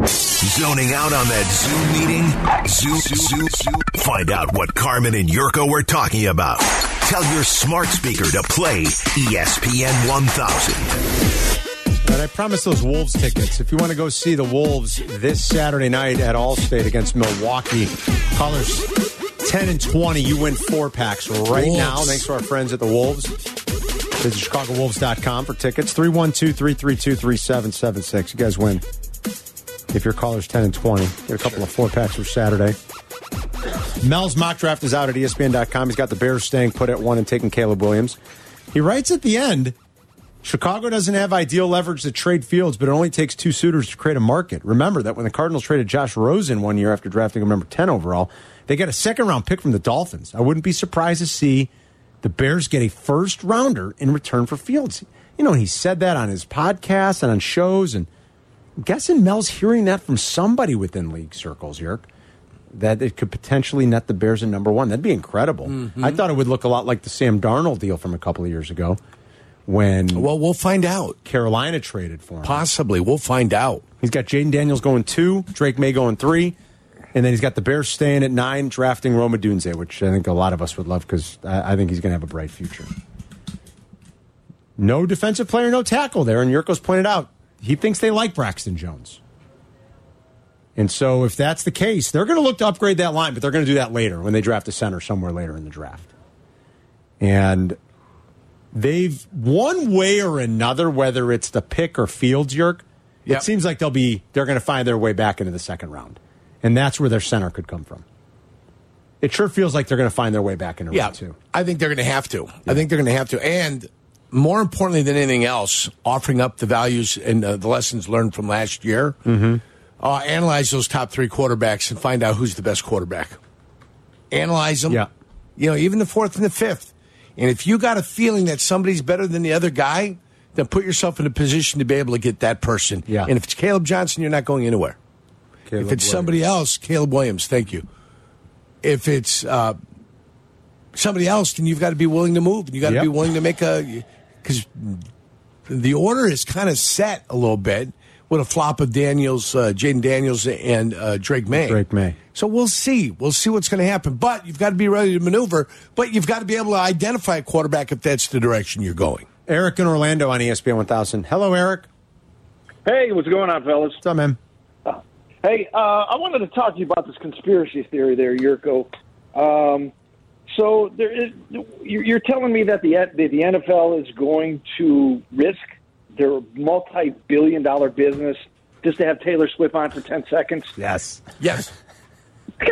G: Zoning out on that Zoom meeting? Zoom, Zoom, Zoom. Find out what Carmen and Yurko were talking about. Tell your smart speaker to play E ESPN 1000.
B: And I promised those Wolves tickets. If you want to go see the Wolves this Saturday night at Allstate against Milwaukee, colors 10 and 20. You win four packs right
D: Wolves.
B: now. Thanks to our friends at the Wolves. Visit ChicagoWolves.com for tickets. 312 332 3776. You guys win. If your caller's 10 and 20, get a couple of four packs for Saturday. Mel's mock draft is out at E ESPN.com. He's got the Bears staying put at one and taking Caleb Williams. He writes at the end Chicago doesn't have ideal leverage to trade fields, but it only takes two suitors to create a market. Remember that when the Cardinals traded Josh Rosen one year after drafting him number 10 overall, they got a second round pick from the Dolphins. I wouldn't be surprised to see the Bears get a first rounder in return for fields. You know, he said that on his podcast and on shows, and I'm guessing Mel's hearing that from somebody within league circles, Yerk that it could potentially net the Bears in number one. That'd be incredible. I thought it would look a lot like the Sam Darnold deal from a couple of years ago when
C: Well, we'll find out.
B: Carolina traded for him.
C: Possibly. We'll find out.
B: He's got Jaden Daniels going two, Drake May going three, and then he's got the Bears staying at nine, drafting Roma Dunze, which I think a lot of us would love because I, I think he's going to have a bright future. No defensive player, no tackle there. And Yurko's pointed out he thinks they like Braxton Jones. And so if that's the case, they're going to look to upgrade that line, but they're going to do that later when they draft a center somewhere later in the draft. And they've one way or another, whether it's the pick or Fields Yerk,
C: Yep.
B: it seems like they'll be they're going to find their way back into the second round, and that's where their center could come from. It sure feels like they're going to find their way back into
C: Yeah.
B: round two.
C: I think they're going to have to. I think they're going to have to. And more importantly than anything else, offering up the values and uh, the lessons learned from last year. Mm-hmm. Uh, analyze those top three quarterbacks and find out who's the best quarterback. Analyze them.
B: Yeah.
C: You know, even the fourth and the fifth. And if you got a feeling that somebody's better than the other guy, then put yourself in a position to be able to get that person.
B: Yeah.
C: And if it's Caleb Johnson, you're not going anywhere.
B: Caleb
C: if
B: Williams.
C: it's somebody else, Caleb Williams, thank you. If it's uh, somebody else, then you've got to be willing to move. and You got to
B: Yep.
C: be willing to make a because the order is kind of set a little bit with a flop of Daniels, uh, Jaden Daniels, and uh, Drake May.
B: Drake May.
C: So we'll see. We'll see what's going to happen. But you've got to be ready to maneuver. But you've got to be able to identify a quarterback if that's the direction you're going.
B: Eric in Orlando on E ESPN 1000. Hello, Eric.
F: Hey, what's going on, fellas?
B: What's up, man?
F: Hey, uh, I wanted to talk to you about this conspiracy theory there, Yurko. Um, so there is, you're you're telling me that the that the NFL is going to risk their multi-billion dollar business just to have Taylor Swift on for ten seconds?
B: Yes.
C: Yes.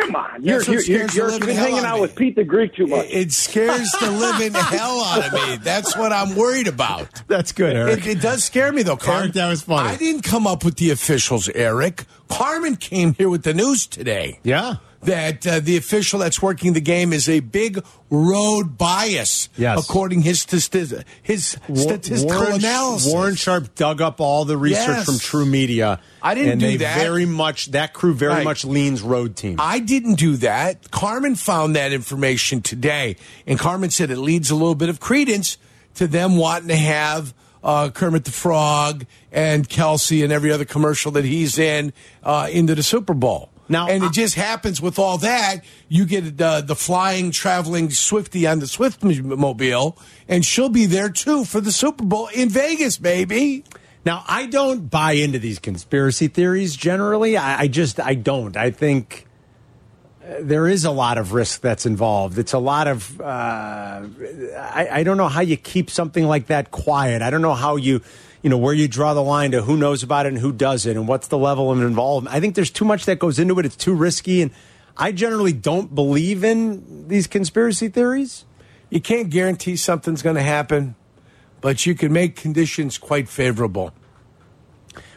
F: Come on, you're,
C: That's
F: you're,
C: what
F: you're,
C: scares the
F: you're,
C: living
F: you're
C: hell out
F: hanging
C: of
F: out
C: me.
F: with Pete the Greek too much.
C: It, it scares the living hell out of me. That's what I'm worried about.
B: That's good, Eric.
C: It, it does scare me though, Carmen.
B: Eric, that was funny.
C: I didn't come up with the officials, Eric. Carmen came here with the news today.
B: Yeah.
C: That uh, the official that's working the game is a big road bias,
B: Yes.
C: according his statistics, his
B: Wa-
C: statistical
B: Warren,
C: analysis.
B: Warren Sharp dug up all the research
C: Yes.
B: from True Media.
C: I didn't
B: and
C: do
B: they
C: that.
B: Very much that crew very
C: Right.
B: much leans road team.
C: I didn't do that. Carmen found that information today, and Carmen said it leads a little bit of credence to them wanting to have uh, Kermit the Frog and Kelsey and every other commercial that he's in uh, into the Super Bowl.
B: Now,
C: and
B: I-
C: it just happens with all that, you get uh, the flying, traveling Swifty on the Swift mobile, and she'll be there too for the Super Bowl in Vegas, baby.
B: Now, I don't buy into these conspiracy theories generally. I, I just, I don't. I think uh, there is a lot of risk that's involved. It's a lot of, uh, I, I don't know how you keep something like that quiet. I don't know how you, you know, where you draw the line to who knows about it and who doesn't and what's the level of involvement. I think there's too much that goes into it. It's too risky. And I generally don't believe in these conspiracy theories.
C: You can't guarantee something's going to happen, but you can make conditions quite favorable.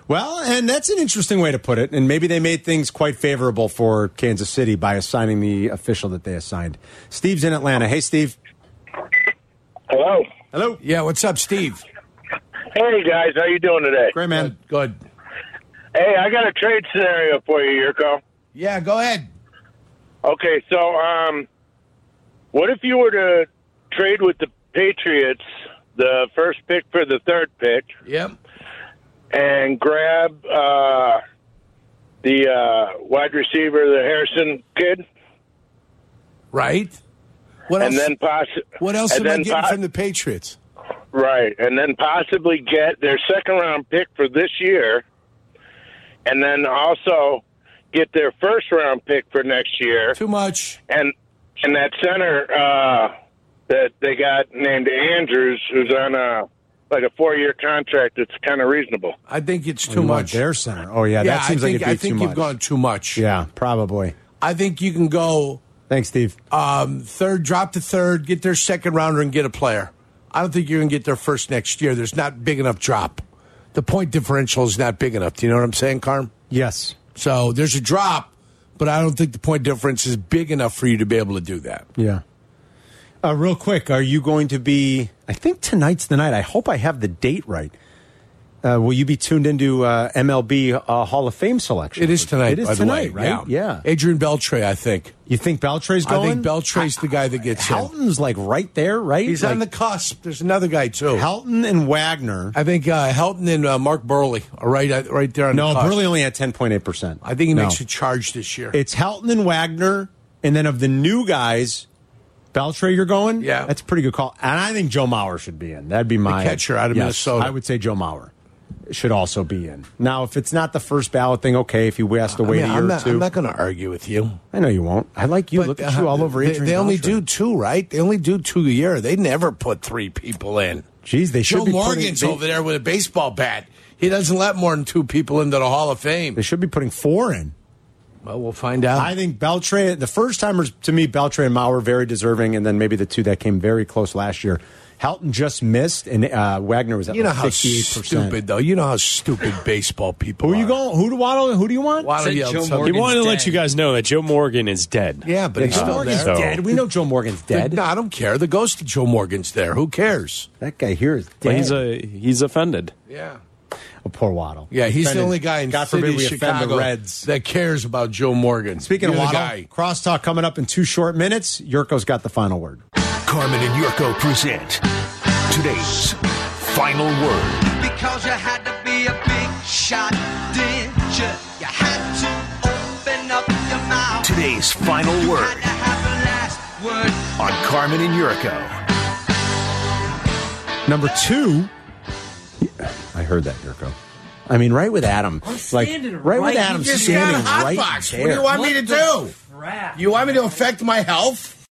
B: Well, and that's an interesting way to put it. And maybe they made things quite favorable for Kansas City by assigning the official that they assigned. Steve's in Atlanta. Hey, Steve.
J: Hello.
B: Hello.
C: Yeah, what's up, Steve?
J: Hey guys, how you doing today?
B: Great man.
C: Good.
J: Hey, I got a trade scenario for you, Yurko.
C: Yeah, go ahead.
J: Okay, so um, what if you were to trade with the Patriots the first pick for the third pick
C: Yep.
J: and grab uh, the uh, wide receiver, the Harrison kid,
C: Right. What
J: and
C: else?
J: then poss-
C: what else
J: and
C: am I
J: then
C: getting
J: po-
C: from the Patriots?
J: Right, and then possibly get their second round pick for this year, and then also get their first round pick for next year,
C: Too much.
J: and and that center uh, that they got named Andrews, who's on a like a four year contract. It's kind of reasonable.
C: I think it's
B: You
C: too
B: want
C: much.
B: Oh, Their center. Oh yeah,
C: yeah,
B: that seems
C: I
B: like
C: think
B: it'd be
C: I think
B: too
C: you've
B: much.
C: gone too much.
B: yeah, probably.
C: I think you can go
B: Thanks, Steve.
C: um, third, drop to third, get their second rounder, and get a player. I don't think you're going to get their first next year. There's not big enough drop. The point differential is not big enough. Do you know what I'm saying, Carm?
B: yes.
C: So there's a drop, but I don't think the point difference is big enough for you to be able to do that.
B: Yeah. Uh, real quick, are you going to be? I think tonight's the night. I hope I have the date right. Uh, will you be tuned into uh, MLB uh, Hall of Fame selection?
C: It is tonight.
B: It is
C: by the way.
B: tonight, right?
C: Yeah. Adrian Beltre, I think.
B: You think Beltre's going?
C: I think Beltre's the guy that gets in.
B: Helton's like right there, right?
C: He's on the
B: Like,
C: cusp. There's another guy too.
B: Helton and Wagner.
C: I think uh, Helton and uh, Mark Burley are right uh, right there on
B: No,
C: the cusp.
B: Burley only at ten point eight percent.
C: I think he makes a charge this year.
B: It's Helton and Wagner, and then of the new guys, Beltre. You're going.
C: Yeah.
B: that's a pretty good call. And I think Joe Mauer should be in. That'd be my
C: catcher out of Minnesota.
B: I would say Joe Mauer should also be in. Now, if it's not the first ballot thing, okay. If he has to wait
C: I mean,
B: a year
C: I'm
B: or
C: not,
B: two,
C: I'm not going to argue with you.
B: I know you won't. I like you.
C: But,
B: Look at you
C: uh,
B: all over.
C: They,
B: Adrian
C: they only
B: Beltre.
C: do two, right? They only do two a year. They never put three people in.
B: Jeez, they should
C: Joe
B: be
C: Morgan's
B: putting,
C: over
B: they,
C: there with a baseball bat. He doesn't let more than two people into the Hall of Fame.
B: They should be putting four in.
C: Well, we'll find out.
B: I think Beltran, the first timers to me, Beltran and Mauer very deserving, and then maybe the two that came very close last year. Helton just missed, and uh, Wagner was at
C: you know
B: like
C: how
B: 58%.
C: stupid, though. You know how stupid baseball people
B: Who
C: are.
B: you going? Who do Waddle? Who do you want?
C: Why don't
D: Said
C: you-
D: Joe
C: some-
H: He
D: Morgan.
H: wanted to let
D: dead.
H: you guys know that Joe Morgan is dead.
C: Yeah, but he's
B: Joe
C: still
B: Morgan's
C: there.
B: dead. We know Joe Morgan's dead.
C: No, I don't care. The ghost of Joe Morgan's there. Who cares?
B: That guy here is dead.
H: But he's a he's offended.
C: Yeah.
B: oh, poor Waddle.
C: Yeah, he's the
B: Offended.
C: only guy in
B: God
C: city,
B: forbid we
C: Chicago
B: offend the Reds.
C: that cares about Joe Morgan.
B: Speaking of
C: You're the
B: Waddle,
C: guy.
B: crosstalk coming up in two short minutes. Yurko's got the final word.
G: Carmen and Yurko present today's final word.
K: Because you had to be a big shot, did you? You had to open up your mouth.
G: Today's final
K: Had
G: word
K: to have a last word.
G: on Carmen and Yurko.
B: Number two, I heard that, Yurko. I mean, right with Adam, like
K: standing
B: right, with
K: right-
B: Adam
K: you just
B: standing
C: hot
B: right
C: box.
B: there.
C: What do you want me to do?
K: Crap.
C: You want me to affect my health?